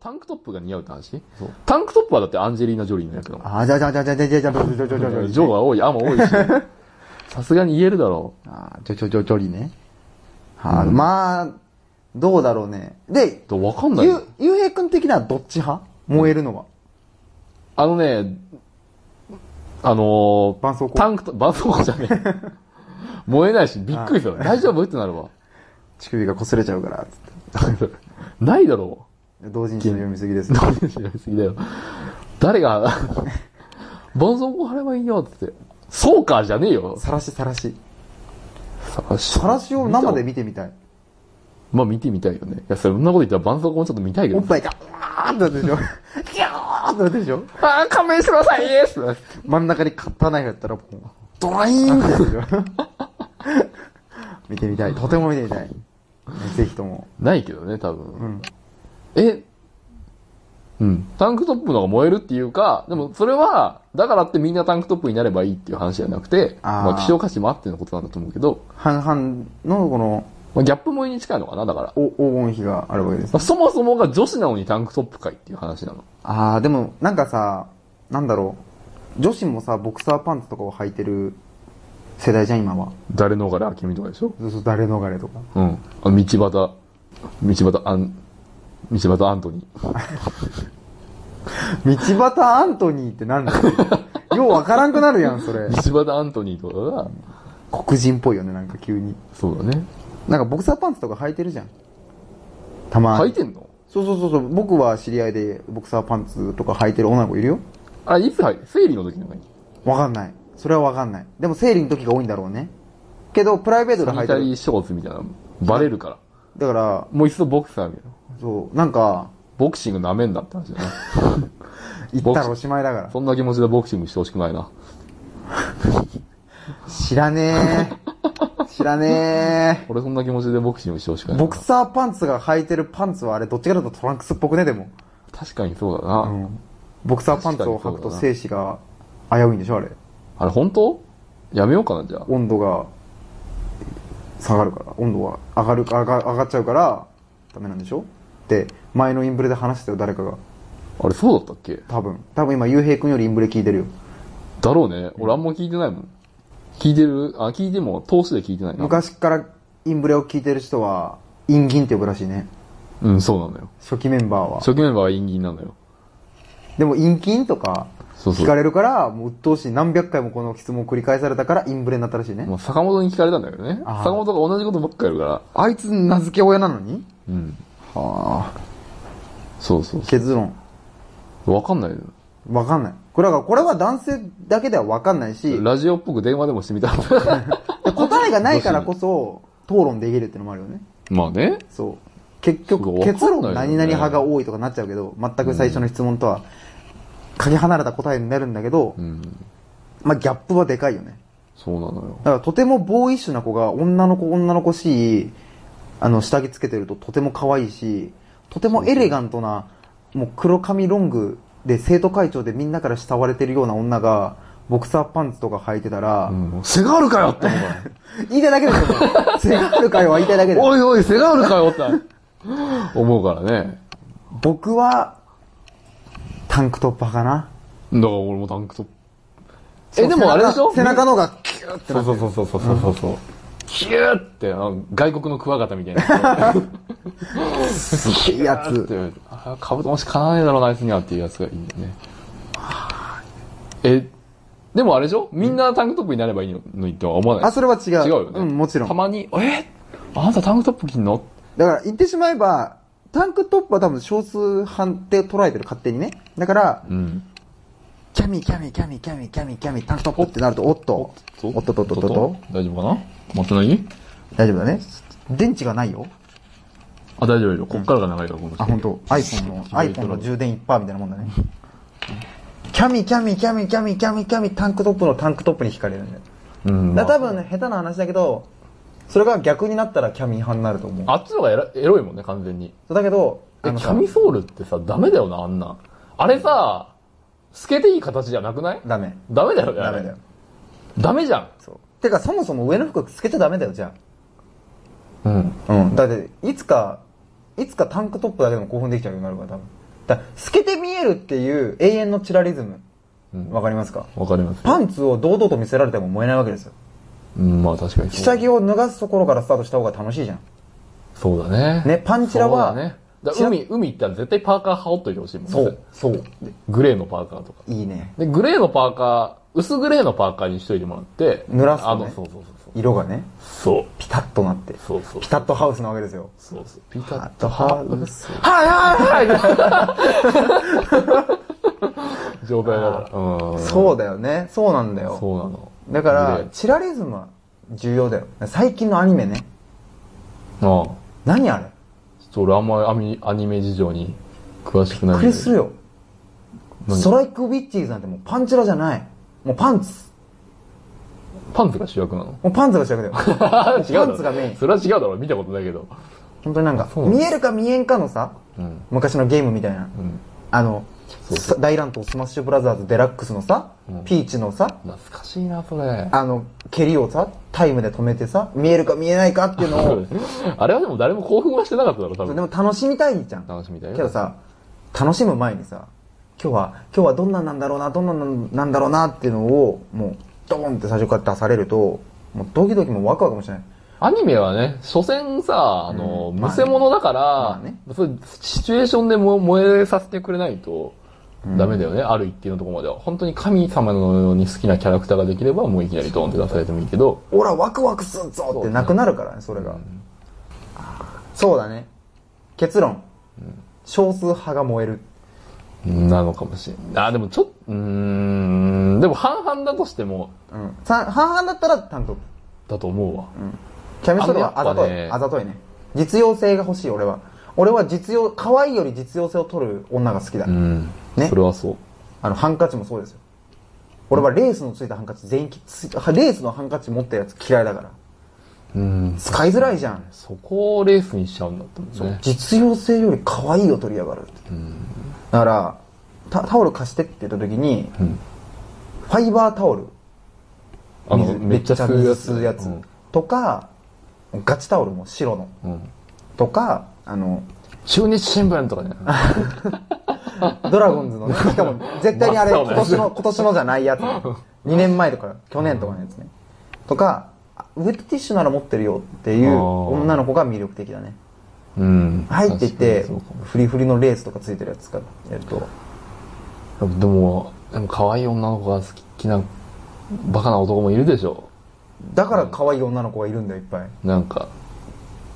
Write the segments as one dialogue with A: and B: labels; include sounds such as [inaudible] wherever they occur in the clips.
A: タンクトップが似合うって話タンクトップはだってアンジェリーナ・ジョリーの役だもん。
B: あー、じゃあじゃあじゃあじゃあじゃあじゃあじゃあじゃあじゃあじゃあじゃあ
A: ジョーが多い、アも多い [laughs] し。さすがに言えるだろ
B: あーちょちょちょちょりね。はい、まあ、どうだろうね。で
A: う。、とわかんないよ
B: ゆ、ゆうへいくん的にはどっち派燃えるのは。
A: あのね、あのー、
B: 絆創膏
A: タンクト、絆創膏じゃ [laughs] ねえ。燃えないし、びっくりしたわ。大丈夫ってなるわ。
B: 乳首が擦れちゃうから、つって。
A: ないだろ
B: 同人誌の読みすぎです
A: う。。どう [laughs] 知らすぎだよ。誰が、 [laughs] 絆創膏貼ればいいよって。そうか、じゃねえよ。
B: さらしさらし。
A: さ
B: さらしを生で見てみたい。
A: まあ見てみたいよね。いや、そんなこと言ったら絆創膏もちょっと見たいけど
B: お
A: ね
B: っ。ぱいが、うわーってなってるでしょ。ギャーってなってるでしょ。
A: ああ、勘弁してくださいです
B: 真ん中にカッターナイフやったら、もう、ドライーンってなってるでしょ。見てみたい。とても見てみたい。ぜひとも。
A: ないけどね、多分。
B: ん
A: え、うん。タンクトップの方が燃えるっていうか、でもそれは、だからってみんなタンクトップになればいいっていう話じゃなくて、
B: あー
A: まあ希少価値もあってのことなんだと思うけど、
B: 半々のこの、
A: まあ、ギャップ萌えに近いのかな、だから。
B: お黄金比があるわけです
A: まあ、そもそもが女子なのにタンクトップかいっていう話なの。
B: ああでもなんかさなんだろう女子もさボクサーパンツとかを履いてる世代じゃん今は
A: 誰逃れ明美とかでしょ
B: そうそう誰逃れとか
A: うん。あの道端、道端アン、道端アントニー。
B: 道端アントニーってなんだよ [laughs] ようわからんくなるやんそれ
A: 道端アントニーとかが、
B: 黒人っぽいよねなんか急に
A: そうだね。
B: なんかボクサーパンツとか履いてるじゃんたま
A: 書
B: に
A: いてんの
B: そうそうそうそう僕は知り合いでボクサーパンツとか履いてる女の子いるよ
A: あれ、いつ入る生理の時なのに。
B: わかんないそれはわかんないでも生理の時が多いんだろうねけどプライベートで
A: サ
B: 履い
A: ニ
B: て
A: タリ
B: る
A: ーショーツみたいなのバレるから。
B: だから
A: もう一度ボクサーみたいな。
B: そうなんか
A: ボクシング舐めんなって話だな。 [laughs]
B: 行ったらおしまいだから
A: そんな気持ちでボクシングしてほしくないな。
B: 知らね [laughs] え。知らね
A: 俺そんな気持ちでボクシングしてほしくな
B: え。
A: いな。
B: ボクサーパンツが履いてるパンツはあれ、どっちかだとトランクスっぽくね、でも。
A: 確かにそうだな。
B: ボクサーパンツを履くと精子が危ういんでしょ、あれ。
A: あれ本当やめようかな、じゃあ。
B: 温度が下がるから。温度が上がる、上が上がっちゃうから、ダメなんでしょって、前のインブレで話してたよ、誰かが。
A: あれそうだったっけ
B: 多分。多分今、ゆうへいくんよりインブレ聞いてるよ。
A: だろうね。俺あんま聞いてないもん。聞いてるあ、聞いても通しで聞いてないな。
B: 昔からインブレを聞いてる人は、インギンって呼ぶらしいね。
A: うん、そうなのよ。
B: 初期メンバーは。
A: 初期メンバーはインギンなのよ。
B: でも、陰菌とか、
A: そうそう
B: 聞かれるから、もう鬱陶しい。何百回もこの質問を繰り返されたから、インブレになったらしいね
A: も。う坂本に聞かれたんだけどね。
B: あー
A: 坂本が同じことばっかやるから。
B: あいつ、名付け親なのに
A: うん。
B: はあ。
A: そうそうそ
B: 結論。
A: う。わかんないよ。
B: わかんない。これは、これは男性だけではわかんないし、
A: ラジオっぽく電話でもしてみた。
B: 答えがないからこそ、討論できるってのもあるよね。
A: まあね。
B: そう。結局、
A: そうわかんない
B: 結論
A: よね
B: 何々派が多いとかなっちゃうけど、全く最初の質問とは、かけ離れた答えになるんだけど
A: う、ん。
B: まあ、ギャップはでかいよね。
A: そうなのよ。
B: だからとてもボーイッシュな子が女の子女の子しいあの下着つけてるととても可愛いしとてもエレガントなもう黒髪ロングで生徒会長でみんなから慕われてるような女がボクサーパンツとか履いてたら、
A: うん。セガールかよって思うか
B: 言いたいだけですよもうセガール会は言いたいだけで
A: ら。
B: す
A: [laughs] おいおい、セガールかよって [laughs] 思うからね。
B: 僕はタンクトップ派かな
A: だから俺もタンクトップ。え、でもあれでしょ
B: 背中の方がキューって
A: そう
B: なって
A: そう
B: る
A: そうそうそうそうそう。キューって、あの外国のクワガタみたい [laughs] な。
B: すげえや
A: キューっ
B: つ
A: てあカブトムシかなわねえだろうな、あいつにはっていうやつがいいんだよね。え、でもあれでしょみんなタンクトップになればいいのにとは思わない。
B: あそれは違う
A: 違うよね。
B: うんもちろん
A: たまに、えあなたタンクトップ着んの
B: だから言ってしまえば、タンクトップは多分少数派って捉えてる勝手にね。だから、
A: うん。
B: キャミキャミキャミキャミキャミキャミタンクトップってなると、おっと、おっとっとっとっとっと、
A: 大丈夫かなまた何
B: 大丈夫だね。電池がないよ。
A: あ、大丈夫よ。こっからが長いから、この人
B: あ、本当。iPhone の、iPhone の充電1%みたいなもんだね。キャミキャミキャミキャミキャミキャミタンクトップのタンクトップに惹かれるんだよ。
A: うん。
B: だから多分ね、下手な話だけど、それが逆になったらキャミ派になると思う。
A: あっちの方がエロエロいもんね、完全に。
B: そうだけど、
A: え、
B: あ
A: キ
B: のさ
A: ャミソールってさ、ダメだよな、あんな。あれさ、透けていい形じゃなくない
B: ダメ。
A: ダメだよね、あ
B: ダ
A: れ
B: メだよ。。
A: ダメじゃん。
B: そう。てかそもそも上の服つけちゃダメだよ、じゃあ。
A: うん。
B: うん、だっていつかいつかタンクトップだけでも興奮できちゃうようになるから多分だ透けて見えるっていう永遠のチラリズム
A: うん。
B: わかりますか
A: わかりますよ。
B: パンツを堂々と見せられても燃えないわけですよ
A: うん、まあ確かにそう。
B: 下着を脱がすところからスタートした方が楽しいじゃん
A: そうだね。
B: ねパンチラ
A: そ
B: は
A: うだね。だ
B: チラ
A: 海、海行ったら絶対パーカー羽織っといてほしいもんね。
B: そう
A: グレーのパーカーとか。
B: いいね
A: で、グレーのパーカー、薄グレーのパーカーにしといてもらって。
B: 濡らすと
A: あ
B: ね
A: の、そうそうそうそう。
B: 色がね
A: そう。
B: ピタッとなって
A: そうそう。
B: ピタッとハウスなわけですよ
A: そうそう。ピタッ
B: と
A: と
B: ハ
A: ハ
B: ウ
A: ウ
B: ス
A: ス。
B: はいはいは
A: [laughs]
B: い
A: 状態だから。うん。
B: そうだよねそうなんだよ
A: そうなの。
B: だから
A: グレ
B: チラリズムは重要だよ最近のアニメね
A: ああ。
B: 何あれ
A: ちょっと俺あんまりアニアニメ事情に詳しくないん
B: ク
A: で
B: リスよ
A: 何
B: ストライクウィッチーズなんてもうパンチラじゃないもうパンツ
A: パンツが主役なの
B: もうパンツが主役だよ [laughs]
A: [laughs]
B: パン
A: 違うだろ
B: ツがメイン
A: それは違うだろ、見たことないけど。
B: 本当になんか
A: そう
B: 見えるか見えんかのさ
A: うん。
B: 昔のゲームみたいな
A: うん。
B: あの
A: そうそ
B: 大乱闘スマッシュブラザーズデラックスのさ、
A: うん
B: ピーチのさ
A: 懐かしいな、それ。
B: あの蹴りをさタイムで止めてさ見えるか見えないかっていうの
A: [laughs]
B: を
A: あれはでも誰も興奮はしてなかっただろ、多
B: で
A: 分。
B: も楽しみたいじゃん
A: 楽しみだよ。
B: けどさ楽しむ前にさ今日は今日はどんなんなんだろうなどんなんなんなんだろうなっていうのをもうドーンって最初から出されるともうドキドキもワクワクもしない
A: アニメはね、所詮さ、あの、
B: うんまあね
A: むせ物だから、
B: あね
A: そういうシチュエーションでも燃えさせてくれないと、ダメだよね、ある一定のところまでは。本当に神様のように好きなキャラクターができれば、もういきなりドーンって出されてもいいけど、
B: 「オラワクワクすんぞ!」ってなくなるからねそれが、そうだね結論、少数派が燃える
A: なのかもしれない。あ、でもちょっと、うーん、でも半々だとしても、
B: うんさ半々だったら担当
A: だと思うわ。
B: キャミソリはあ
A: あのや
B: ざ
A: っぱ
B: とい、
A: ね
B: あざといね実用性が欲しい俺は俺は実用可愛いより実用性を取る女が好きだ、
A: うん。
B: ね
A: それはそう。
B: あのハンカチもそうですよ俺はレースのついたハンカチ全員きつレースのハンカチ持ったやつ嫌いだから
A: うん。
B: 使いづらいじゃん、
A: そこをレースにしちゃうんだって思うね。
B: 実用性より可愛いを取りやがるってだからタタオル貸してって言った時に
A: うん。
B: ファイバータオル
A: あの、
B: 水
A: めっちゃ吸うやつ。
B: めっちゃ水吸うやつ
A: うん
B: とかガチタオルも白の
A: うん。
B: とかあの
A: 中日新聞とかね。
B: ドラゴン
A: [laughs]
B: ズのね、しかも絶対にあれ、
A: 真っ青
B: 今
A: なや
B: 年
A: つ
B: の、今年のじ
A: [laughs]
B: ゃないやつ、ね。2年前とか、去年とかのやつね。とか、あウェットティッシュなら持ってるよってい
A: あ
B: う
A: ー
B: 女の子が魅力的だね。
A: うん。
B: 入ってて
A: 確かにそうかも、
B: フリフリのレースとかついてるやつか、やると。
A: でも、でも可愛い女の子が好きな、バカな男もいるでしょ。
B: だから可愛い女の子がいるんだよ、いっぱい。
A: なんか、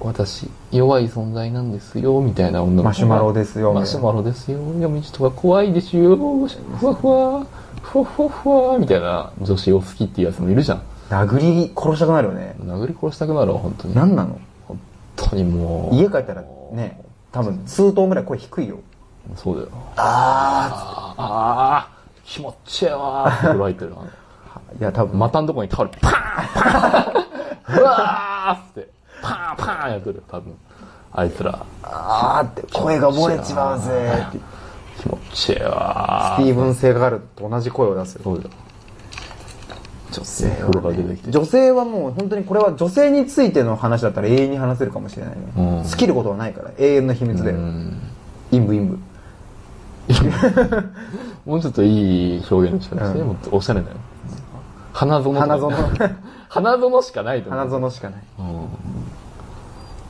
A: 私、弱い存在なんですよ、みたいな女の子が。
B: マシュマロですよみたいな
A: マシュマロですよ。夜道とか怖いですよ。ふわふわ、ふわふわふわ、みたいな女子を好きっていうやつもいるじゃん。
B: 殴り殺したくなるよね。
A: 殴り殺したくなるわ、本当に。
B: なんなの
A: 本当にもう。
B: 家帰ったらね、多分数トンぐらい声低いよ。
A: そうだよ。
B: あ
A: ああー、気持ちいいわーって風呂入ってるな。
B: ーいや、多分、
A: 股のとこにタオルパーンパーンうわーっつって、パーンパーンやってる、多分。あいつら、
B: あーって声が漏れちまうぜーって。
A: 気持ちいいわ
B: スティーブン・セガールと同じ声を出すよ。
A: そうだよ。
B: 女性は、
A: 風呂が出てきて。
B: 女性はもう本当にこれは女性についての話だったら永遠に話せるかもしれないね、
A: うん
B: 尽きることはないから永遠の秘密だよ、
A: うん
B: 陰部陰部
A: もうちょっといい表現の仕方して、
B: うん
A: もっとおしゃれなよ。花園
B: 花園
A: [laughs] 花園しかないと思う。
B: 花園しかない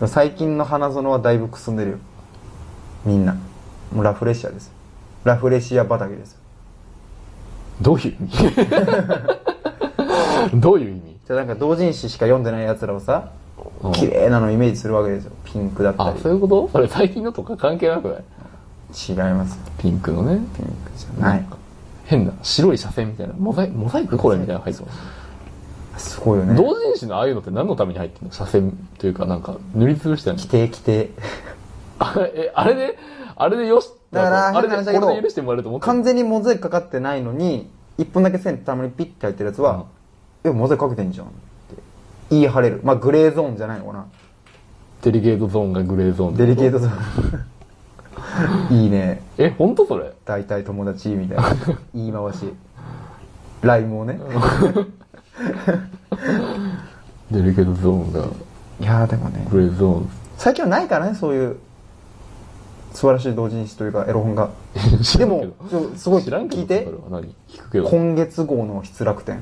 A: うん
B: 最近の花園はだいぶくすんでるよみんなもうラフレシアですよラフレシア畑ですよ
A: どういう意味 [laughs] どういう意味
B: じゃあなんか同人誌しか読んでない奴らをさ
A: うん
B: 綺麗なのイメージするわけですよピンクだった
A: あ
B: り、
A: そういうことそれ最近のとか関係なくない
B: 違います
A: ピンクのね。
B: ピンクじゃない
A: 変な白い斜線みたいなモザイモザイクこれみたいなの入ってる
B: すごいよね
A: 同人誌のああいうのって何のために入ってるの斜線というかなんか塗りつぶしてんの
B: 規定規定
A: あ [laughs] えあれであれでよし
B: だから
A: あれで
B: 変な話だけど
A: これで許してもらえると思って
B: 完全にモザイクかかってないのに一本だけ線たまにピッて入ってるやつは「えモザイクかけてんじゃん」って言い張れるまあグレーゾーンじゃないのかな
A: デリケートゾーンがグレーゾーン
B: デリケー
A: ト
B: トゾーン [laughs] いいね
A: え本当それ
B: 大体友達みたいな言い回しライムをね
A: デリケートゾーンが
B: いやーでもね
A: グレーゾーン
B: 最近はないからねそういう素晴らしい同人誌というかエロ本が
A: 知
B: で
A: らんけ
B: も
A: ど
B: ちょすごい
A: 知らんけど
B: 聞いて
A: それは何聞くけど
B: 今月号の筆楽天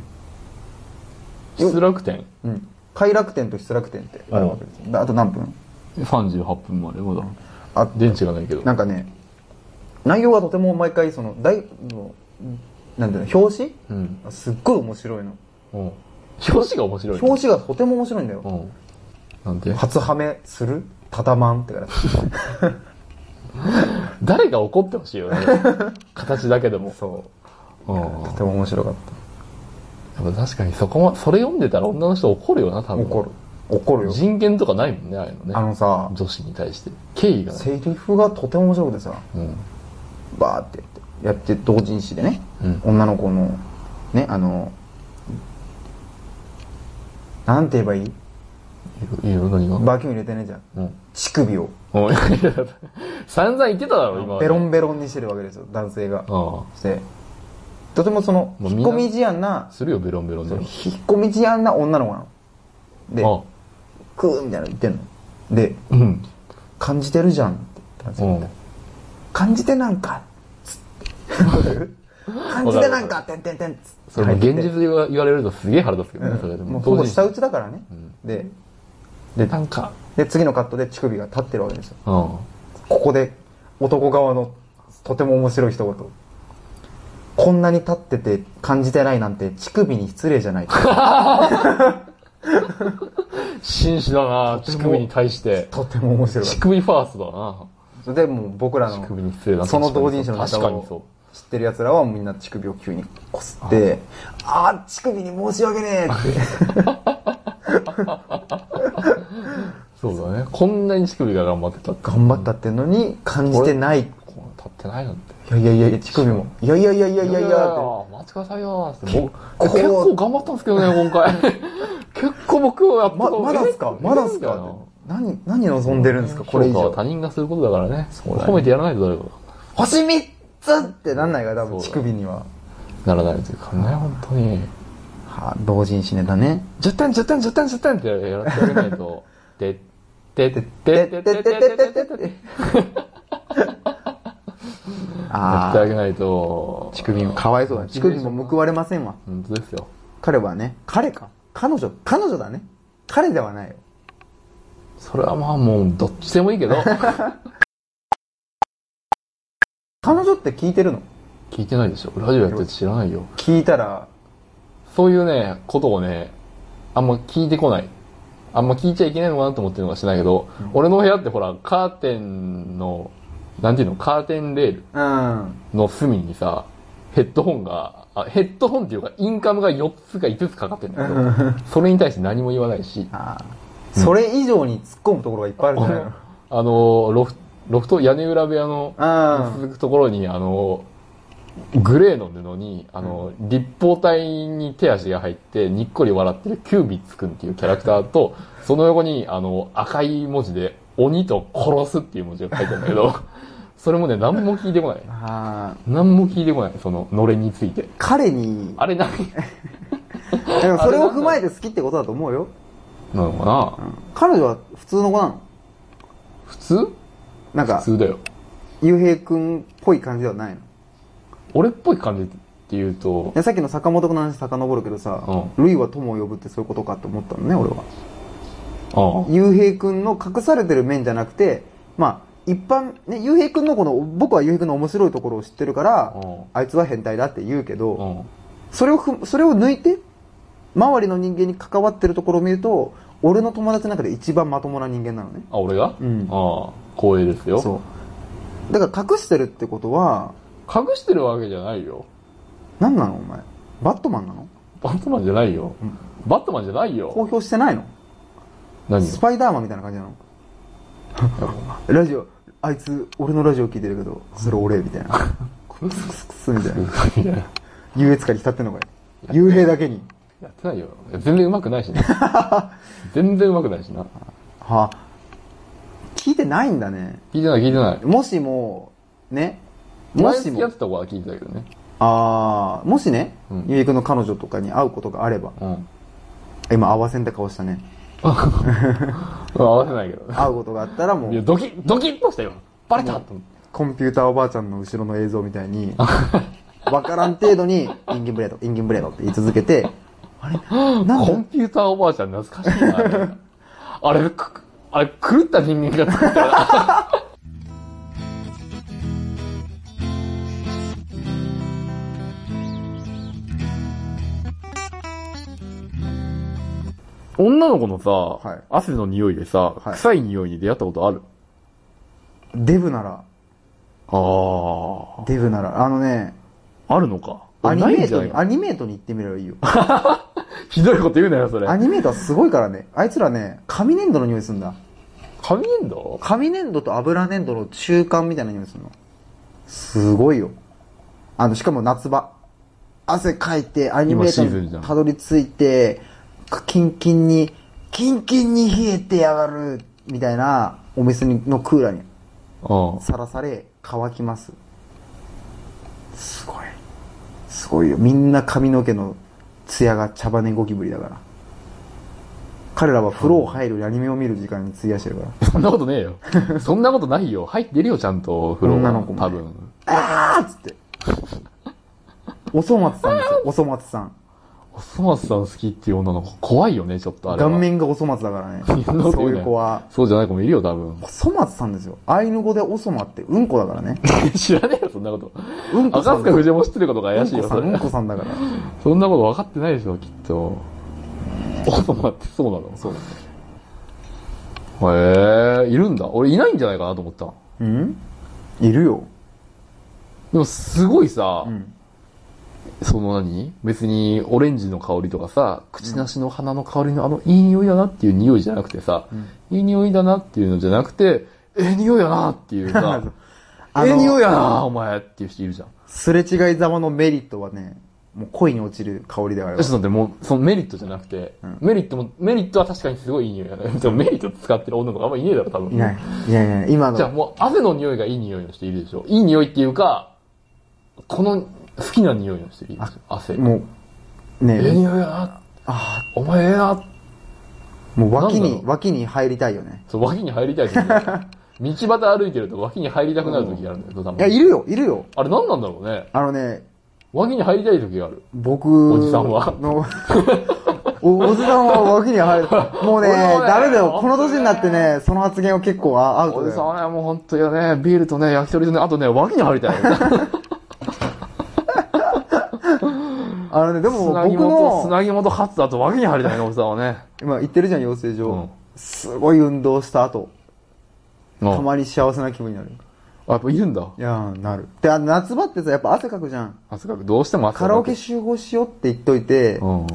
A: 失楽天
B: うん快楽天と失楽天ってあるわけですあと何分
A: 38分までまだ
B: あ
A: 電池がないけど
B: なんかね内容がとても毎回その大のなんていうの表紙
A: うん
B: すっごい面白いの
A: うん表紙が面白いね
B: 表紙がとても面白いんだよ
A: うんなんて
B: 初ハメするたたまんってから
A: 誰が怒ってほしいよ
B: [laughs]
A: ね形だけでも
B: そう
A: うん
B: とても面白かっ
A: やっぱ確かにそこまそれ読んでたら女の人怒るよな
B: た
A: 多分
B: 怒る怒るよ
A: 人権とかないもんねああいうのね
B: あのさ
A: 女子に対して敬意がない
B: セリフがとても面白くてさ
A: うん
B: バーってやってやって同人誌でね、
A: うん
B: 女の子のねあのなんて言えばいい
A: いいよ何が
B: バキュン入れてねじゃん
A: うん
B: 乳首を
A: [laughs] おいやいや散々言ってただろ今まで
B: ベロンベロンにしてるわけですよ男性が
A: あ
B: してとてもその
A: もう
B: 引
A: みん
B: っ
A: な
B: 込み思案な
A: あするよベロンベロンで
B: 引っ込み思案な女の子なの
A: あ
B: でクーみたいなの言ってんので
A: うん
B: 感じてるじゃんって言った
A: うんん
B: ですよ感じてなんかつって感じてなんかてんてんてんつって
A: それも現実で言わ言われるとすげえ腹立つけどねそれで
B: うんも
A: も
B: うほぼ
A: 当時
B: 下打ちだからね、で
A: でなんか
B: で次のカットで乳首が立ってるわけですよ
A: うん
B: ここで男側のとても面白い一言こんなに立ってて感じてないなんて乳首に失礼じゃない
A: 紳士だな
B: とて
A: 乳
B: も
A: 首に対して
B: とても面白い
A: 乳首ファーストだな
B: それでもう僕ら
A: 乳首に失礼だ
B: の
A: な
B: その同人誌のネタ
A: 確かにそう
B: を知ってる奴らはみんな乳首を急にこすってあー乳首に申し訳ねえって
A: そうだねこんなに乳首が頑張ってたって
B: 頑張ったってのに感じてないい
A: こう立ってないなんて
B: やいやいやいや乳首もいやいやいやいやいやいやって
A: お待ちくださいよーって
B: こう
A: 僕結構頑張ったんですけどね今回結構僕はやっ
B: ま
A: ぱ
B: まだっすかまだっすかって何何望んでるんですかこれ以
A: 評
B: 上
A: 価は他人がすることだからね
B: そうだね
A: 褒めてやらないと誰かが
B: 星3つってなんないから多分
A: そう
B: 乳
A: だ
B: 首には、
A: ならないというかね本当に
B: はあ、同人誌ネタね
A: 10点10点10点10点ってやらせてあげないとででで
B: て
A: ででで
B: ててて
A: でで
B: て
A: で
B: てて
A: でで
B: て
A: や
B: あ
A: ってあ
B: あ
A: げないと
B: 乳首もかわいそうだね乳首も報われませんわ
A: 本当ですよ
B: 彼はね彼か彼女彼女だね彼ではないよ
A: それはまあもうどっちでもいいけど
B: 彼女って聞いてるの
A: 聞いてないでしょラジオやってて知らないよ
B: 聞いたら
A: そういうね、ことをね、あんま聞いてこない。あんま聞いちゃいけないのかなと思ってるのかしないけど、俺の部屋ってほら、カーテンの、なんていうの、カーテンレール
B: うん
A: の隅にさ、ヘッドホンが、あヘッドホンっていうか、インカムが4つか5つかかってるんだけど、
B: [laughs]
A: それに対して何も言わないし、
B: あーそれ以上に突っ込むところがいっぱいあるんじゃないの
A: あの、ロフロフト、屋根裏部屋の
B: あー
A: 続くところに、あの、グレーの布に、あの、立方体に手足が入って、にっこり笑ってるキュービッツくんっていうキャラクターと、その横に、あの、赤い文字で、鬼と殺すっていう文字が書いてあるんだけど、
B: [laughs]
A: それもね、何も聞いてこない。
B: あー
A: 何も聞いてこない、その、のれんについて。
B: 彼に
A: あれ何
B: でもそれを踏まえて好きってことだと思うよ
A: なのかな、
B: 彼女は普通の子なの
A: 普通
B: なんか
A: 普通だよ。
B: ゆうへいくんっぽい感じではないのい
A: 俺っぽい感じって言うと、
B: やさっきの坂本君の話遡るけどさ、
A: う
B: ルイは友を呼ぶってそういうことかって思ったのね俺は
A: ああ
B: ゆうへいくんの隠されてる面じゃなくてまあ一般ねゆうへいくんのこの僕はゆうへいくんの面白いところを知ってるから、
A: うん
B: あいつは変態だって言うけど、
A: うん。
B: それをふそれを抜いて周りの人間に関わってるところを見ると俺の友達の中で一番まともな人間なのね
A: あ、俺が
B: うん
A: ああ、光栄ですよ。
B: そうだから隠してるってことは
A: 隠してるわけじゃないよ。
B: 何なのお前バットマンなの
A: バットマンじゃないよ。バットマンじゃないよ。
B: 公表してないの [laughs]
A: 何
B: スパイダーマンみたいな感じなのラジオあいつ俺のラジオ聞いてるけどそれ俺みたい
A: [laughs]
B: なクスクスクスみたいな
A: よ。
B: 優越感に浸ってんのかい幽閉だけに
A: やってないよ。全然上手くないしな。
B: [laughs]
A: 全然上手くないしな。
B: はあ聞いてないんだね
A: 聞いてない聞いてない。
B: もしもねも
A: 前
B: し
A: 付き合っ
B: も
A: てた子は聞いてたけどね。
B: ああもしね、
A: うん
B: ゆうえくんの彼女とかに会うことがあれば
A: うん。
B: 今合わせんって顔した
A: [laughs]
B: ね
A: 合わせないけど。
B: 会うことがあったらも
A: いや、
B: う
A: ドキッ、ドキッとしたよ。バレたと思って
B: コンピューターおばあちゃんの後ろの映像みた
A: [laughs]
B: いに、わからん程度に、インギンブレード、インギンブレードって言い続けて、あれなん
A: コン
B: で
A: ピューターおばあちゃん懐かしいなあ [laughs] れ。あれ、くあれ狂った人間が作った [laughs] な。女の子のさ、
B: い
A: 汗の匂いでさ、
B: はい
A: 臭い匂いに出会ったことある
B: デブなら、
A: あ
B: デブなら、あのね、
A: あ、あるのか。
B: アニ
A: な
B: メ
A: いん
B: ー
A: じゃ
B: ト
A: ない
B: に、アニメートに行ってみればいいよ。
A: ひどいこと言うなよ、それ
B: ア。ニメートはすごいからね、あいつらね、紙粘土の匂いすんだ。
A: 紙粘土
B: 紙粘土と油粘土の中間みたいな匂いするの。すごいよ。あの、しかも夏場。汗かいて、アニメータ
A: 今シーズンじゃ
B: ー
A: ん
B: にたどり着いて、キンキンに、キンキンに冷えてやがる、みたいな、お店のクーラーに
A: うん。
B: さらされ、乾きます。すごい。すごいよ。みんな髪の毛の艶が茶羽ゴキブリだから。彼らは風呂を入るアニメを見る時間に費やしてるから。
A: そんなことねえ
B: [laughs]
A: よ。そんなことないよ。入ってるよ、ちゃんと、風呂は。
B: 女の子も
A: 多分。
B: あーっつって。おそ松さん
A: [laughs]
B: ですよ、おそ松さん。
A: おそ松さん好きっていう女の子、怖いよね、ちょっとあれは。
B: 顔面がおそ松だからね。
A: [laughs] そんなこと
B: そ
A: 言う
B: うい
A: なよ
B: う子は。
A: そうじゃない子もいるよ、多分 [laughs]
B: お。そ松さんですよ。アイヌ語でおそまってうんこだからね。
A: 知らねえよ、そんなこと。
B: うんこさ
A: 赤
B: ん。
A: 塚不二夫も知ってることが
B: う
A: 怪
B: ん
A: しい
B: こ
A: よ、
B: さ
A: そ
B: ん、うん
A: れ。
B: こさんだから。
A: そんなこと分かってないでしょ、きっと。おそ松ってそうなのそうへえ、いるんだ。俺いないんじゃないかなと思った。で
B: うんいるよ。
A: も、すごいさ、
B: うん。
A: その何別にオレンジの香りとかさ、口なしの花の香りのあのいい匂いだなっていう匂いじゃなくてさ、いい匂いだなっていうのじゃなくて、ええ匂いやなっていうさ
B: [laughs] あ、の
A: ええ匂いやなお前っていう人いるじゃん。
B: すれ違いざまのメリットはね、もう恋に落ちる香りだよ
A: ちょっ。と待って、もう、そのメリットじゃなくて、
B: んメ
A: メリットも、メリットは確かにすごいいい匂いだね。でもメリット使ってる女の子あんまいねえだろ、多分。
B: いない。。いやいやいや、今
A: じゃあ
B: の。
A: もう、汗の匂いがいい匂いの人いるでしょ。いい匂いっていうか、この好きな匂いの人いるでしょ。汗。
B: もう、
A: ええ
B: ね
A: 匂いやな
B: あ
A: お前ええな
B: ーもう脇
A: なんだ
B: に
A: ろ、う
B: 脇に入りたいよね。
A: そう、脇に入りたい時が道
B: [laughs]
A: 端歩いてると脇に入りたくなる時があるんだけど、多分
B: いや、いるよ、いるよ。
A: あれ何なんだろうね。
B: あのね、
A: 脇に入りたい時がある。
B: 僕
A: おじさんは
B: の [laughs] おおじさんは脇に入る。もうね、
A: 俺もね
B: ダメだよ。
A: 本
B: こ
A: 当ね
B: の年になってね、その発言は結構あアウ
A: お
B: ト
A: じ
B: だ
A: さん
B: よ。
A: はね、もう本当よね、ビールとね、焼き鳥とね、あとね、脇に入りたい。
B: あのね、でも
A: 砂
B: [laughs] 僕
A: 肝と、
B: の、
A: 砂肝とハツだと脇に入りたいね、おじさんはね。
B: 今言ってるじゃん、養成所。
A: うん
B: すごい運動した後、
A: うん
B: たまに幸せな気分になる。
A: あやっぱいるんだ。
B: いやー、なる。で、あの夏場ってさ、やっぱ汗かくじゃん。
A: 汗かく。どうしても汗かく。
B: カラオケ集合しようって言っといて、
A: うん。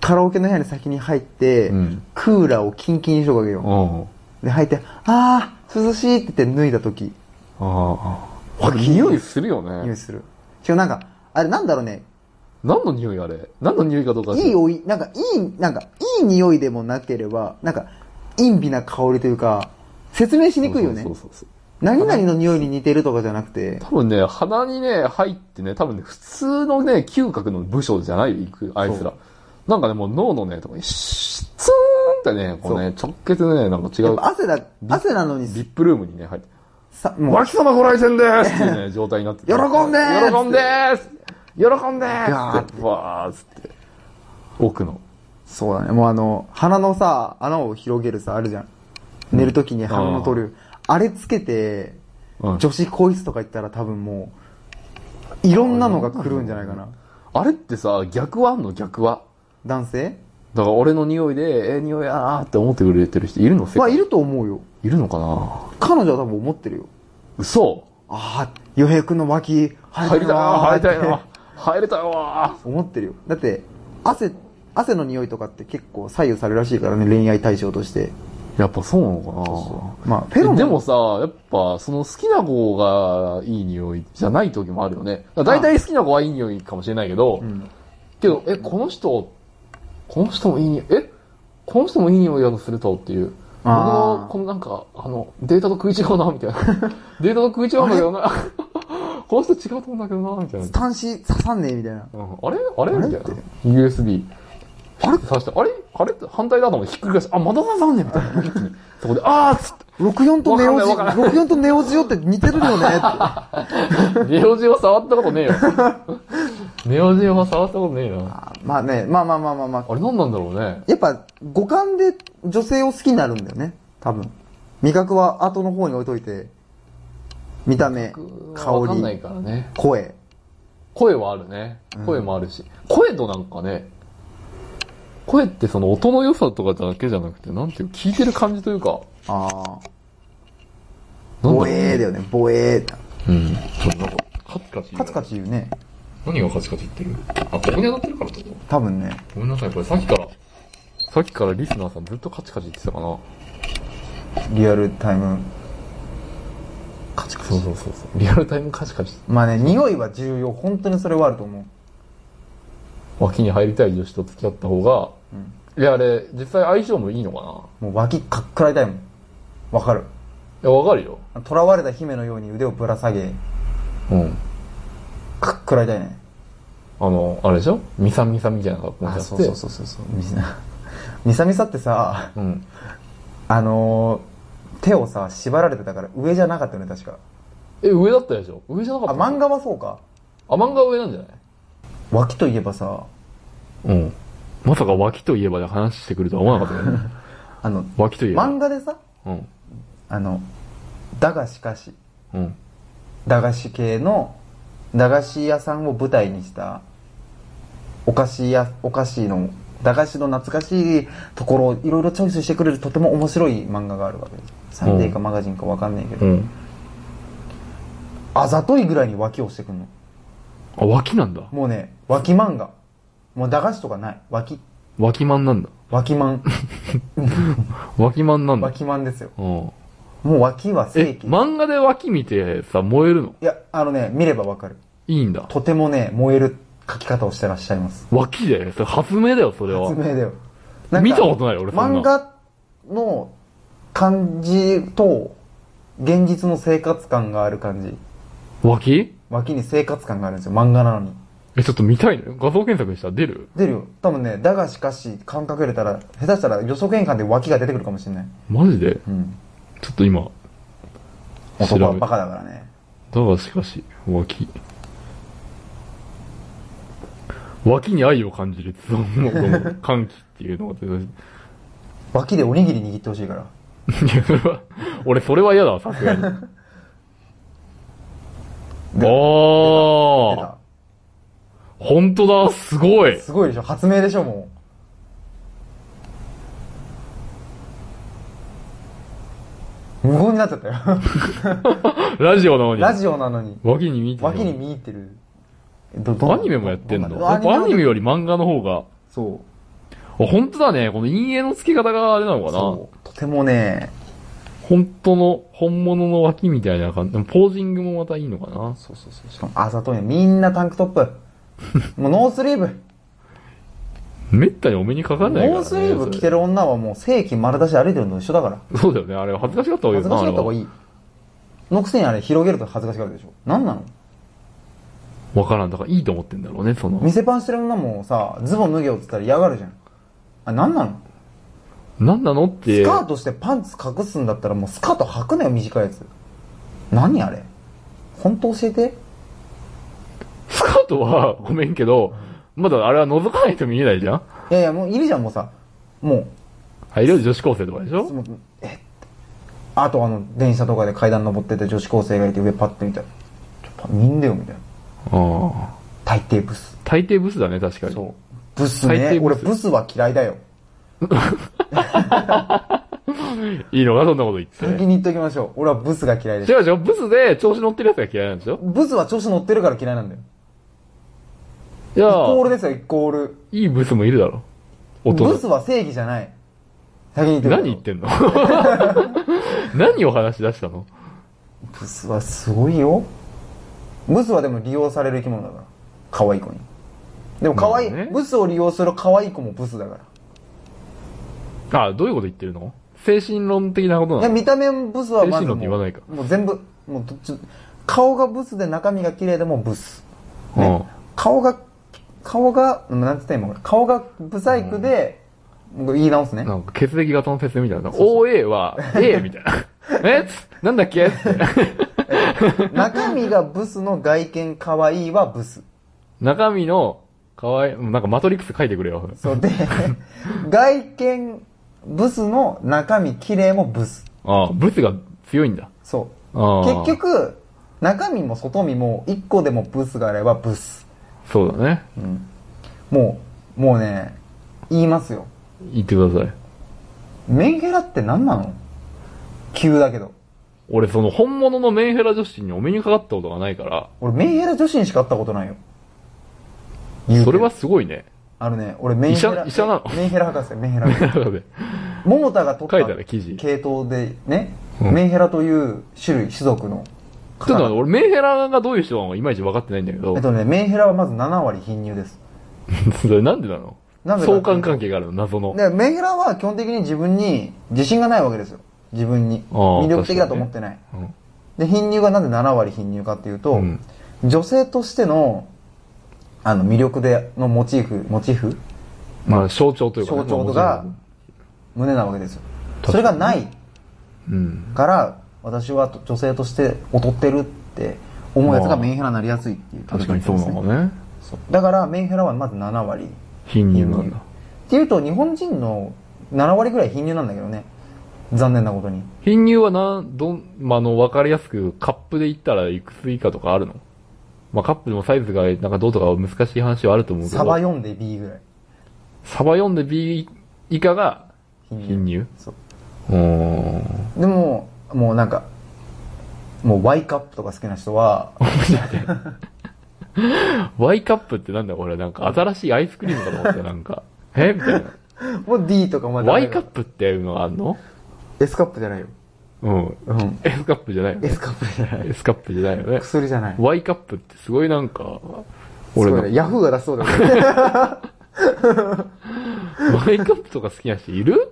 B: カラオケの部屋に先に入って、
A: うん
B: クーラーをキンキンにしとくわけよ。
A: うん。あ
B: で、入って、あー、涼しいって言って脱いだ時、
A: あ。匂いするよ
B: 匂い
A: ね。
B: する。しかもなんか、あれなんだろうね、
A: 何の匂いあれ何の匂いかどうか知ら
B: いいおい、なんか、いい、なんか、いい匂いでもなければ、なんか、陰微な香りというか、説明しにくいよね。
A: そうそうそうそう。
B: 何々の匂いに似てるとかじゃなくて、
A: 多分ね、鼻にね、入ってね、多分ね、普通のね、嗅覚の部署じゃないよ、行く、あいつ
B: そう
A: ら。なんかね、もう脳のね、とこに、シュッツーンってね、こうね、直結でね、なんか違
B: やっ
A: う、
B: ぱ汗だ、汗なのに
A: ビップルームにね、入って、
B: さ、もう、
A: 脇様ご来店でーすっていうね、状態になってて。
B: 喜んでーす
A: 喜んでーす喜んで
B: ガー
A: ー
B: っ
A: すって、わーっつって。奥の。
B: そうだね、もうあの、鼻のさ、穴を広げるさ、あるじゃん。寝るときに鼻の取る、あれつけて、
A: うん
B: 女子更衣室とか行ったら多分もう、いろんなのが来るんじゃないかな。
A: あれってさ、逆はあんの逆は。
B: 男性
A: だから俺の匂いで、ええ匂いやなーって思ってくれてる人いるの世界
B: まあ、いると思うよ。
A: いるのかな
B: 彼女は多分思ってるよ。
A: 嘘
B: ああ、洋平君の脇、入
A: 入りたい
B: りたいな
A: な
B: ー
A: 入りたい
B: って
A: な入れたよー
B: 思ってるよ。だって、汗、汗の匂いとかって結構左右されるらしいからね、恋愛対象として。
A: やっぱそうなのかな
B: まあ、フェロモン。
A: でもさ、やっぱ、その好きな子がいい匂いじゃない時もあるよね。だいたい好きな子はいい匂いかもしれないけど、
B: ん
A: けど、え、この人、この人もいい匂い、え、この人もいい匂いだとするとっていう。僕
B: あー
A: の、このなんか、あの、データと食い違うな、みたい [laughs] な。データと食い違うんだけど [laughs] な。この人違うと思うんだけどな、みたいな。
B: 端子刺さんねえみたいな。
A: うんあれあれ
B: あれ
A: みたいな。USB。あれって刺して、あれあれって反対だと思ってひっくり返して、あ、まだ刺さんねんみたいな。一気にそこで、あーっつって。
B: 64とネオジ、
A: わかんないわ
B: 64とネオジオって似てる
A: [laughs]
B: よねって。
A: ネオジオ触ったことねえよ。ネオジオは触ったことねえな。
B: あまあね、まあまあまあまあまあ。
A: あれ何なんだろうね。
B: やっぱ、五感で女性を好きになるんだよね。多分。味覚は後の方に置いといて、見た目、
A: わか
B: 香
A: んない
B: り、
A: からね。
B: 声。
A: 声はあるね。声もあるし。声となんかね、声ってその音の良さとかだけじゃなくて、なんていう聞いてる感じというか、
B: ああ。
A: なんだろ
B: ボ
A: う
B: エーだよね、ボエーだ。
A: うん。ちょっとなんか、カチカチ。
B: カツカチ言うね。
A: 何がカチカチ言ってるあ、ここに当たってるからだと思う。
B: 多分ね。
A: ごめんなさい、これさっきから、さっきからリスナーさんずっとカチカチ言ってたかな。
B: リアルタイム。
A: カチカチ。そうそうそうそう。リアルタイムカチカチ。
B: まあね、匂いは重要。本当にそれはあると思う。
A: 脇に入りたい女子と付き合った方が、いや、あれ、実際相性もいいのか
B: もう脇かっくらいたいもん。わかる。
A: ないや、わかるよ。
B: 囚われた姫のように腕をぶら下げ、
A: うん。
B: かっくらいたいね。
A: あの、あれでしょミサミサみたいな格好になって。
B: そうそうそう。みな。 [laughs] みさみさってさ、
A: う。うん。
B: あのー手をさ、縛られてたから上じゃなかったよね、確か。
A: え、上だったでしょ上じゃな
B: あ、
A: かった
B: 漫画はそうか。
A: あ、漫画は上なんじゃない
B: 脇といえばさ、
A: うん。まさか脇といえばで話してくるとは思わなかったよ [laughs] ね。
B: あの、
A: 脇といえば。
B: 漫画でさ、
A: うん。
B: あの、だがしかし、
A: うん。
B: 駄菓子系の、駄菓子屋さんを舞台にした、お菓子や、お菓子の、駄菓子の懐かしいところをいろいろチョイスしてくれるとても面白い漫画があるわけです。サンデーかマガジンかわかんないけど、
A: うん。
B: あざといぐらいに脇をしてくんの。
A: あ、脇なんだ。
B: もうね、脇漫画。もう駄菓子とかない。脇。
A: 脇マンなんだ。
B: 脇
A: [laughs]
B: マン。
A: 脇マンなんだ。
B: 脇マンですよ。
A: うん。
B: もう脇は正
A: え、
B: 規。
A: 漫画で脇見てさ、燃えるの
B: いや、あのね、見ればわかる。
A: いいんだ。
B: とてもね、燃える書き方をしてらっしゃいます。
A: 脇でそれ発明だよ、それは
B: 発。明だよ。なんか
A: 見たことないよ俺そんな
B: 漫画の感じと、現実の生活感がある感じ。
A: 脇
B: 脇に生活感があるんですよ、漫画なのに。
A: え、ちょっと見たいのよ画像検索したら出る
B: 出るよ。多分ね、だがしかし、感覚入れたら、下手したら予測変換で脇が出てくるかもしれない。
A: マジで
B: うん。
A: ちょっと今、調
B: 男は
A: べ
B: バカだからね。
A: だがしかし、脇。脇に愛を感じる、その、この歓喜っていうのが出て
B: 脇でおにぎり握ってほしいから。
A: きて。いや、それは、 [laughs] 俺それは嫌だわ、さすがに。
B: 出た出
A: おー
B: た。
A: 本当だ、すごい
B: すごいでしょ発明でしょもう。無言になっちゃったよ。
A: ラジオなのに。
B: ラジオなのに。
A: 脇に見てる
B: 脇に見入ってる。ど、ど
A: アニメもやってんの
B: ど
A: やっぱアニメ
B: も
A: より漫画の方が、
B: そう。
A: あ本当だね、この陰影の付け方があれなのかな
B: そう。とてもね、
A: 本当の、本物の脇みたいな感じ。でもポージングもまたいいのかな
B: そうそうそう。しかも、あざといね。みんなタンクトッ
A: [laughs]
B: プ。もうノースリーブ。
A: めったにお目にかかんないから、ね。
B: ノースリーブ着てる女はもう正規丸出し歩いてるのと一緒だから。
A: それそうだよね、あれ恥ずかしかった方がいいよ
B: 恥ず
A: な
B: かしかった方が
A: あ
B: いい。のくせにあれ広げると恥ずかしがるでしょ。なんなの
A: れはわからん。だからいいと思ってんだろうね、その。
B: 店パンしてる女もさ、ズボン脱げよって言ったら嫌がるじゃん。あ、なんなの
A: なんなのって
B: ス、カートしてパンツ隠すんだったらもうスカート履くなよ、短いやつ。何あれ本当教えて
A: スカートはごめんけど、まだあれは覗かないと見えないじゃん
B: いやいや、もういるじゃん、もうさ。も
A: 入る女子高生とかでし
B: う、
A: ょ
B: もうえあとあの、電車とかで階段登ってて女子高生がいて上パッて見たら、ちょパ見んだよ、みたいな。
A: ああ。
B: 大抵ブス。
A: 大抵ブスだね、確かに。
B: そう。ブス
A: 大
B: ね
A: 抵。ブ
B: 俺
A: ス
B: ブスは嫌いだよ。
A: いいのか、そんなこと言って。
B: 先に言っときましょう。俺はブスが嫌いです
A: 違。う違う、ブスで調子乗ってるやつが嫌いなんでしょ
B: ブスは調子乗ってるから嫌いなんだよ。
A: いや
B: イコールですよ、イコール。
A: いいブスもいるだろ。大人
B: ブスは正義じゃない。先に言っと
A: 何言ってんの [laughs] 何を話し出したの
B: ブスはすごいよ。ブスはでも利用される生き物だから。可愛い子に。でも可愛い、
A: まあね
B: ブスを利用する可愛い子もブスだから。
A: あ、どういうこと言ってるの精神論的なこと
B: いや、
A: なの
B: 見た目ブスはま
A: 嬉し
B: ずもう
A: いのって言わないか
B: もう全部、もうどっち、顔がブスで中身が綺麗でもブス。ね
A: うん
B: 顔が、顔が、うんなんて言ったらいいのかな顔がブサイクで、もう言い直すね。
A: なんか血液型の説明みたいな。OA は [laughs] A みたいな。えつなんだっけ [laughs] って。
B: 中身がブスの外見可愛いはブス。
A: 中身の、かわい、なんかマトリックス書いてくれよ。
B: そうで、外見ブスの中身綺麗もブス。
A: ああ、ブスが強いんだ。
B: そ
A: あ
B: う。
A: あ。
B: 結。局、中身も外身も一個でもブスがあればブス。
A: そうだね。
B: もう、もうね、言いますよ。
A: 言ってください。
B: メンヘラって何なの急だけど。
A: 俺、その本物のメンヘラ女子にお目にかかったことがないから、
B: 俺メンヘラ女子にしか会ったことないよ。言うけ
A: そ
B: ど
A: れはすごいね。 [laughs]
B: あのね、俺メンヘラ。
A: 医者医者なの
B: メンヘラ博士、メンヘラ博士。
A: 中で。
B: 桃田が取った
A: 書いてある記事
B: 系統でね、
A: うん
B: メンヘラという種類、種族の。
A: ちょっと待って、俺メンヘラがどういう人なのかいまいち分かってないんだけど
B: えっ、とね、メンヘラはまず7割貧乳です。
A: [laughs] それなんでなの
B: なんでかっ
A: 相
B: ていうと
A: 関関係があるの、謎の。
B: で、メンヘラは基本的に自分に自信がないわけですよ。自分に。
A: あー
B: 魅力的だと思ってない。
A: うん
B: で、貧乳がなんで7割貧乳かっていうと、
A: うん
B: 女性としての、あの、魅力で、のモチーフ、モチーフ
A: まあ、象徴というかね、
B: 象徴が
A: まあ
B: 胸なわけですよ。
A: 確かに
B: それがない
A: うん。
B: から、私は女性として劣ってるって思うやつがメンヘラになりやすいっていう、
A: 確かにそうなのね。
B: そうだからメンヘラはまず7割っ
A: 貧乳なんだ。
B: ていうと日本人の7割ぐらい貧乳なんだけどね残念なことに
A: 貧乳はなん、どん、まあ、あの、わかりやすく、カップで言ったらいくつ以下とかあるのまあ、カップでもサイズが、なんかどうとかは難しい話はあると思うけど。
B: サバ読んで B ぐらい
A: サバ読んで B 以下が貧乳
B: そう
A: うーん。
B: でももうなんかもう Y カップとか好きな人は [laughs]
A: Y カップってなんだ俺なんか新しいアイスクリームかと思ったなんか。えみたいな。
B: もう D とかまで
A: Y カップっていうのがあんの
B: S カップじゃないよ
A: うん。
B: うん
A: S カップじゃないよね。
B: S カップじゃない
A: S カップじゃないよね。
B: 薬じゃない
A: Y カップってすごいなんか、
B: す
A: 俺
B: ごい
A: の
B: ねヤフーが出しそうだ
A: [laughs]
B: よね
A: Y カップとか好きな人いる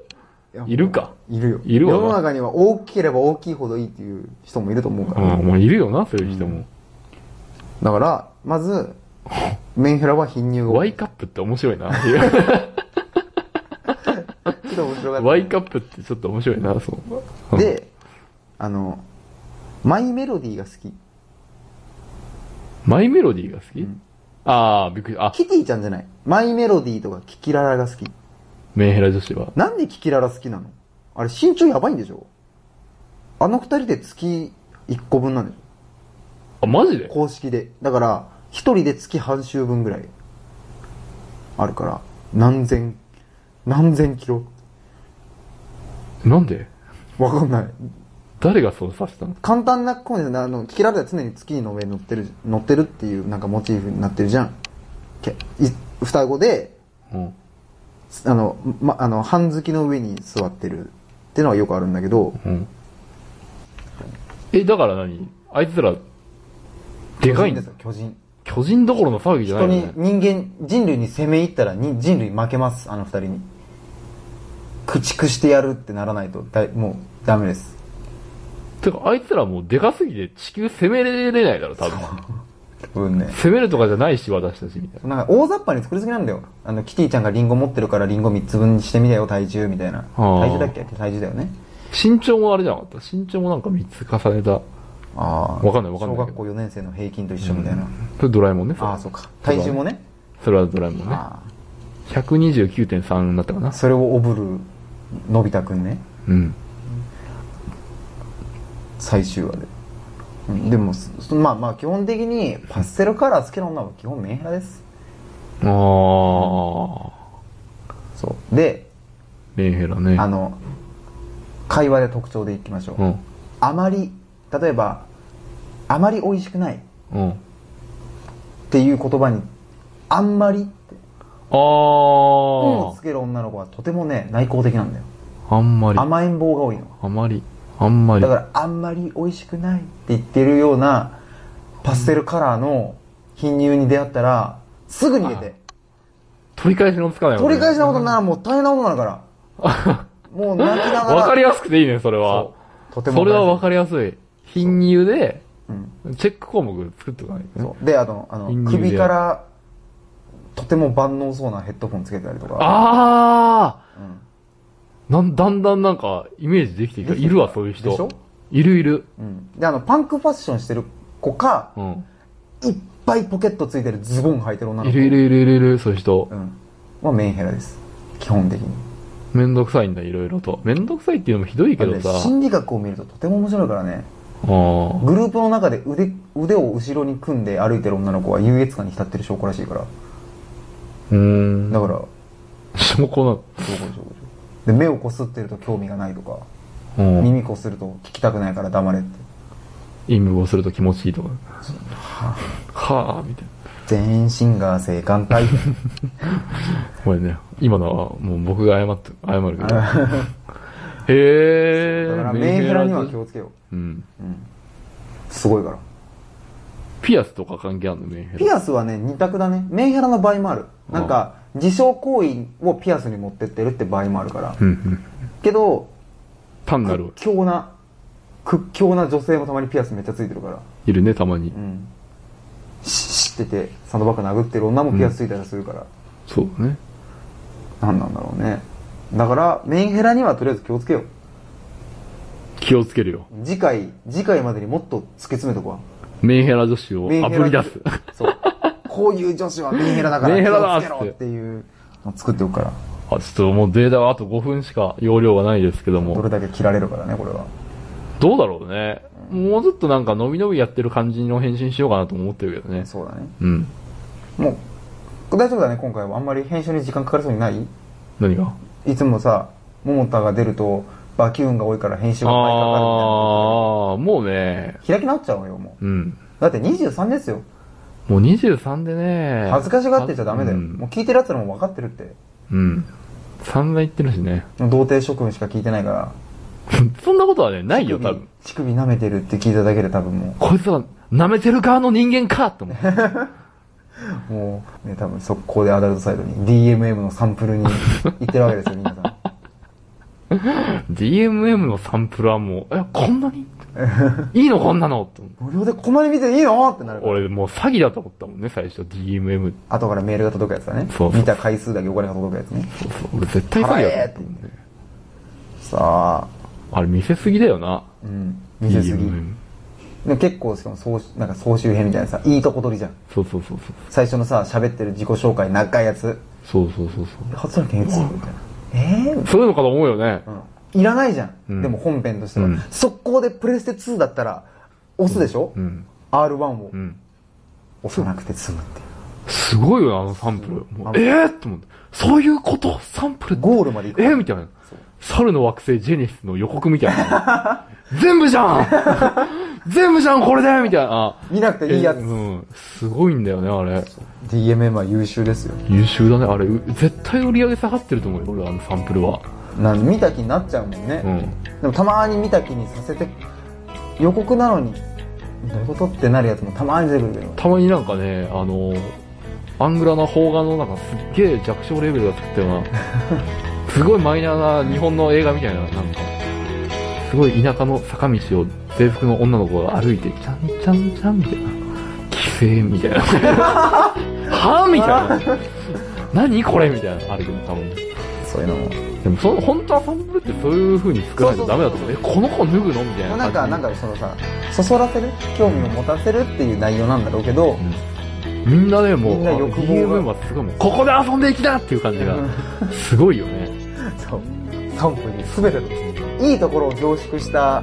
B: や
A: いるか。
B: いるよ
A: いるわ
B: 世
A: な
B: の中には大きければ大きいほどいいっていう人もいると思うか
A: う
B: ら、
A: ん、もういるよな、そういう人も。
B: だからまずメンヘラは貧乳が多い
A: Y カップって面白い [laughs] な。
B: ちょっと面白かった。
A: Y カップってちょっと面白いな、そう。うん、
B: で、あの、マイメロディーが好き。
A: マイメロディーが好き、ああ、びっくり。あ、
B: キティちゃんじゃない。マイメロディーとかキキララが好き。
A: メンヘラ女子は。
B: なんでキキララ好きなのあれ身長やばいんでしょあの二人で月1個分なんでし
A: あ、マジで
B: ょ公式で。だから、一人で月半周分ぐらい。あるから、何千、何千キロ
A: なんで
B: わかんない。
A: 誰がそうさせたの
B: 簡単なコンセントあの、キキララでは常に月の上に乗ってる、乗ってるっていうなんかモチーフになってるじゃん。けい双子で、
A: うん。
B: あの、ま、あの、半月の上に座ってるっていうのはよくあるんだけど、
A: うん。え、だから何あいつら、でかいんだ
B: 巨人ですよ、巨人。
A: 巨人どころの騒ぎじゃな
B: 人
A: いよ
B: に
A: ね、。
B: 人間、人類に攻め入ったらに人類負けます、あの二人に。駆逐してやるってならないと、だいもう、ダメです。
A: てか、あいつらもうでかすぎて地球攻めれないだろ、多分。
B: 多分ね。
A: 攻めるとかじゃないし、私たちみたいな。
B: なんか大雑把に作りすぎなんだよ。あの、キティちゃんがリンゴ持ってるからリンゴ3つ分にしてみたよ、体重みたいな。
A: あー
B: 体重だっけ体重だよね。
A: 身長もあれじゃなかった身長もなんか3つ重ねた。
B: ああ。
A: わかんないわかんない
B: 小学校4年生の平均と一緒みたいな。
A: それドラえもんね、それ
B: ああ、そうか。体重もね。
A: それはドラえもんね。
B: あ
A: 129.3になったかな
B: あ。。それをおぶる、のび太くんね。
A: うん。
B: 最終話で、うんでもそまあまあ基本的にパステルカラー好きな女は基本メンヘラです
A: あー。
B: そうで
A: メンヘラね。
B: あの会話で特徴でいきましょう、
A: うん。
B: あまり例えばあまり美味しくないっ
A: うん。
B: ていう言葉にあんまりって
A: あー。
B: をつける女の子はとてもね内向的なんだよ
A: あんまり。
B: 甘えん坊が多いの
A: あまり。あんまり。
B: だからあんまり美味しくないって言ってるようなパステルカラーの貧乳に出会ったらすぐ逃げて
A: 取り返しのつかない
B: 取り返し
A: の。
B: のことならもう大変なことなのから。
A: [laughs]
B: もう泣きながら。
A: わかりやすくていいね、それは。
B: そうとても
A: それは
B: 大事
A: わかりやすい。貧乳で、
B: うん
A: チェック項目作っとかないとね。
B: そうで、あの、あの
A: 貧乳で
B: 首からとても万能そうなヘッドホンつけてたりとか。
A: あ
B: うん
A: ーなん、だんだんなんか、イメージできてきた。いるわ、そういう人。
B: でしょ
A: いるいる。
B: うん。で、あの、パンクファッションしてる子か、
A: うん。
B: いっぱいポケットついてるズボン履いてる女の子。
A: いるいるいるいるいる、そういう人
B: う。ん。まあメンヘラです。基本的に。
A: めんどくさいんだ、いろいろと。めんどくさいっていうのもひどいけどさ。
B: だって心理学を見るととても面白いからね。
A: うん。
B: グループの中で腕、腕を後ろに組んで歩いてる女の子は優越感に浸ってる証拠らしいから。
A: うーん。
B: だから、
A: 証拠な
B: 証拠証拠証拠。で、目をこすってると興味がないとか、
A: の。うん。
B: 耳こすると聞きたくないから黙れって。
A: 陰部をすると気持ちいいとか。はぁ、みたいな。
B: 全員シンガー性感
A: [laughs]
B: 帯。
A: これね、今のはもう僕が謝って、謝る
B: [laughs]
A: けど。へ
B: だ
A: ぇー。
B: からメンヘラには
A: メ
B: 気をつけよ
A: うん。
B: う。うん。すごいから。
A: ピアスとか関係あるの、メンヘラ。
B: ピアスはね、二択だね。メンヘラの場合もある。なんか、自傷行為をピアスに持ってってるって場合もあるから
A: う。んうん。
B: けど、
A: 単な
B: 屈
A: る、
B: 強な、屈強な女性もたまにピアスめっちゃついてるから。
A: いるね、たまに
B: う。ん。し、知ってて、サンドバッグ殴ってる女もピアスついたりするから。
A: そうだね。
B: なんなんだろうね。だから、メンヘラにはとりあえず気をつけよう。
A: 気をつけるよ。
B: 次回、次回までにもっと突き詰めとこ
A: メンヘラ女子
B: う。
A: を
B: メン
A: あ
B: ヘ
A: ぶ
B: ラ
A: り出す。
B: そう。こういう女子はメンヘラだから
A: メンヘラだっ
B: 気
A: つって
B: をつけろっていうのを作っておくから。
A: あ、ちょっともうデータはあと5分しか容量がないですけど
B: ど
A: も。
B: れだけ切られるからね、これは。
A: どうだろうね。もうちょっとなんか伸び伸びやってる感じの返信しようかなと思ってるけどね。
B: そうだね。
A: うん。
B: もう、大丈夫だね、今回は。あんまり編集に時間かかりそうにない
A: 何が
B: いつもさ、桃田が出ると、バキューンが多いから編集
A: あ
B: が倍かかるみたい
A: あ
B: な。
A: ー、もうね、
B: 開き直っちゃうよ、もう。
A: うん。
B: だって23ですよ。
A: もう23でね。
B: 恥ずかしがってちゃダメだよ。
A: うん
B: もう聞いてる奴らも分かってるって。
A: うん。散々言ってるしね。 [laughs]
B: 童貞諸君しか聞いてないから。
A: そんなことはね、ないよ、多分。
B: 乳首舐めてるって聞いただけで多分も
A: こいつは舐めてる側の人間かと思って。
B: う、もう、ね、多分速攻でアダルトサイドに DMM のサンプルに行ってるわけですよ、みんな
A: [laughs]
B: さん。
A: DMM のサンプルはもう、え、こんな
B: [laughs]
A: にいいのこんなのと思って
B: 無料でこんなに見ていいのってなるから。
A: 俺もう詐欺だと思ったもんね、最初。DMM。
B: 後からメールが届くやつだね。
A: そうそう
B: 見た回数だけお金が届くやつね。
A: そうそう俺絶対詐欺だと思ったもんね。
B: さあ、
A: あれ見せすぎだよな。
B: うん、見せすぎ。
A: DMM
B: でも結構しかも総集なんか総集編みたいなさいいとこ取りじゃん
A: そうそうそうそう。
B: 最初のさ喋ってる自己紹介長いやつ
A: そうそうそう
B: 初の検閲みたいなえ
A: そう。そういうのかと思うよね。
B: ーうん、いらないじゃん、
A: うん
B: でも本編としては、
A: うん
B: 速攻でプレステ2だったら押すでしょ、
A: うん。
B: R1 を、
A: うん。
B: 押さなくて済むっていう
A: すごいよな、あのサンプル。もうえぇ、ー、と思って。そういうことサンプルって
B: ゴールまで行く
A: えーみたいな。猿の惑星ジェネシスの予告みたいな。
B: [laughs]
A: 全部じゃん全部じゃんこれでみたいな。
B: 見なくていいやつ、
A: えうん。すごいんだよね、あれ。
B: DMM は優秀ですよ
A: 優秀だね、あれ。う絶対売り上げ下がってると思うよ、俺、あのサンプルは。
B: なん見た気になっちゃうもん
A: う
B: ね、
A: ん。
B: でもたまに見た気にさせて予告なのにどういうことってなるやつもたまに出てくるけど
A: たまになんかね、あの、アングラな邦画のなんかすっげえ弱小レベルが作った
B: [laughs]
A: ような、すごいマイナーな日本の映画みたいな、なんか、すごい田舎の坂道を制服の女の子が歩いて、ちゃんちゃんちゃんみたいな、帰省みたいな。
B: [laughs]
A: はぁみたいな。何これみたいなのあるけど、たまに。
B: そういうのも
A: でもその、本当はサンプルってそういう風に作らないとダメだと思う。え、この子脱ぐのみたいな感じ。
B: なんか、なんかそのさ、そそらせる興味を持たせるっていう内容なんだろうけど、
A: みんなね、もう、
B: みんな欲望が
A: DMM はすごいもう、ここで遊んでいきなっていう感じが、すごいよね。
B: そう、3分に全ての、いいところを凝縮した、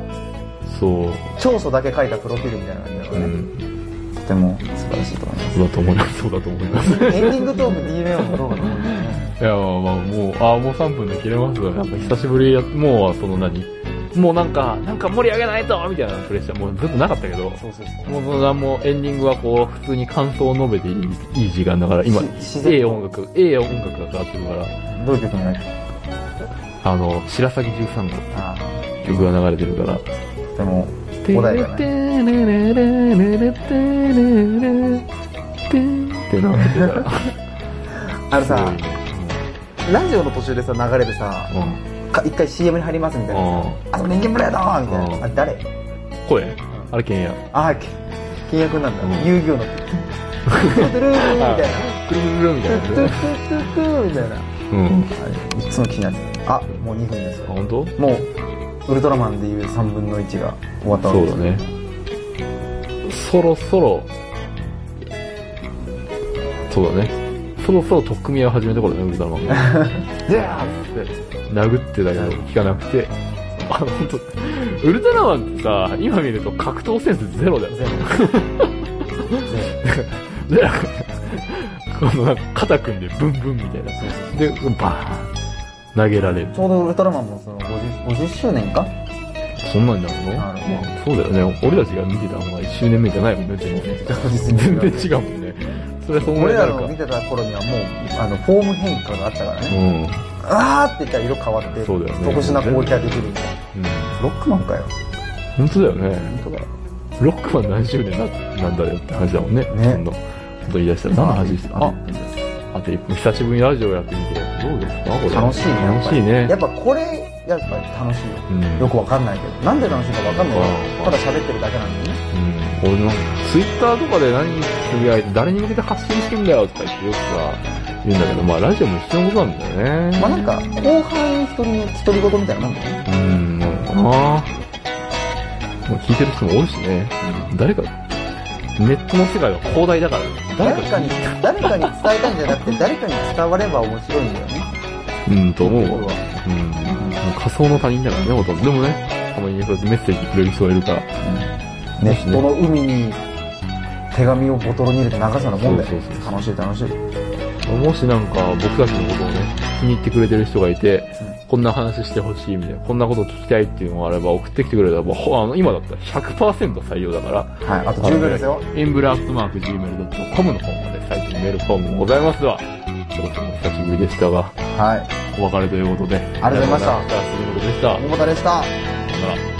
A: そう。
B: 長所だけ書いたプロフィールみたいな感じだか
A: う
B: らね、
A: ん。
B: とても素晴らしいと思いま
A: そうだと思います。そうだと思います。い [laughs]
B: す。エンディングトーク DMM もどうかと思うんだよね。
A: や、まあ、もう、ああ、もう3分で切れますよ。やっぱ久しぶりや、もう、その何もうなんか、なんか盛り上げないとみたいなプレッシャー、もうずっとなかったけど、
B: そうそうそう。
A: もうその何もエンディングはこう、普通に感想を述べていいいい時間だから、今
B: し自、然と
A: ええ音楽、ええ音楽がかかってるから、
B: どういう曲になる
A: あの、白崎13号
B: ああ、
A: って曲が流れてるから、
B: とても
A: だ
B: 穏や
A: よ
B: か
A: て
B: ね。
A: れれれれれてれれてんってなってたら。
B: あのさ、ラジオの途中でさ、流れでさ、
A: うん。
B: か一回 CM に入りますみたいなさ、あそこ人間村やだーみたい
A: うん
B: な。あれ誰
A: 声あれ、けんや。
B: ああ、け契約なんだ。
A: うん
B: 遊戯王の。トゥルールーみたいな。
A: クルルルみたい
B: トゥトゥ
A: な。
B: トゥトゥみたいな。
A: うん。
B: あれいつも気になる。あ、もう2分です
A: あ
B: よ。
A: 本当
B: もう、ウルトラマンでいう3分の1が終わったわけ
A: そう
B: で
A: だ
B: す
A: ね。そろそろ、そうだね。そろそろ取っ組み合いを始めた頃だね、ウルトラマンが。でやーっつって、殴ってたけど効かなくて。あの、ほんと、ウルトラマンってさ、今見ると格闘センスゼロだよね。
B: [laughs] 全部。全部。
A: で、なんかこのなんか肩組んでブンブンみたいな。で、バーン投げられる。
B: ちょうどウルトラマンもその 50, 50周年か
A: そんなんになるの
B: なるほど
A: まあそうだよね。俺たちが見てたのは1周年目じゃないもんね、全然ね。全然違うもんね。それはそんぐらいに
B: 俺
A: な
B: ら
A: る
B: の
A: か
B: 見。てた頃にはもう、あの、フォーム変化があったから
A: う
B: ね。
A: ん。うん。
B: あーって言ったら色変わって、
A: そうだよね
B: 特殊な攻撃ができる。ロックマンかよ。
A: 本当だよね。
B: 本当だよ。
A: ロックマン何周年ななんだよって話だもんね。
B: ね
A: 今度。こと言い出したら何の話してた
B: あ
A: あ、あと1分。久しぶりにラジオやってみて。どうですかこれ。
B: 楽しいね。やっ
A: 楽し
B: ぱ
A: い
B: り
A: ね
B: や。っぱこれ、やっぱり楽しいよ。
A: うん。
B: よくわかんないけど。なんで楽しいかわかんないよ
A: うん
B: ただ喋ってるだけなんでね。
A: うん、俺のツイッターとかで何つぶやいて誰に向けて発信してんだよとか言ってよくさ言うんだけどまあラジオも一緒のことなんだよね
B: まあなんか、後半一人の独り言みたいなもんだよね。
A: うんなのかなもう聞いてる人も多いしね誰かネットの世界は広大だからね
B: 誰か
A: 聞い
B: に、誰かに伝えたんじゃなくて、誰かに伝われば面白いんだよね。
A: うんと思う
B: 俺
A: わ
B: は
A: うんもう仮想の他人だからねほとんどでもねたまにそうやってメッセージくれる人がいるから
B: ネットの海に手紙をボトルに入れて流すようなもんだよ
A: そうそうそう
B: 楽しい楽しい
A: もしなんか僕たちのことをね、気に入ってくれてる人がいて、こんな話してほしいみたいな、こんなこと聞きたいっていうのがあれば送ってきてくれれば、ほあの、今だったら100%採用だから、
B: はいあと10秒ですよ
A: エンブラックマーク Gmail.com の方まで最近メールフォームもございますわ。ちょっとお久しぶりでしたが、
B: はい
A: お別れということで。あ
B: りがとうございました
A: りがとうございました。杉本でした。
B: 桃田でした
A: さよなら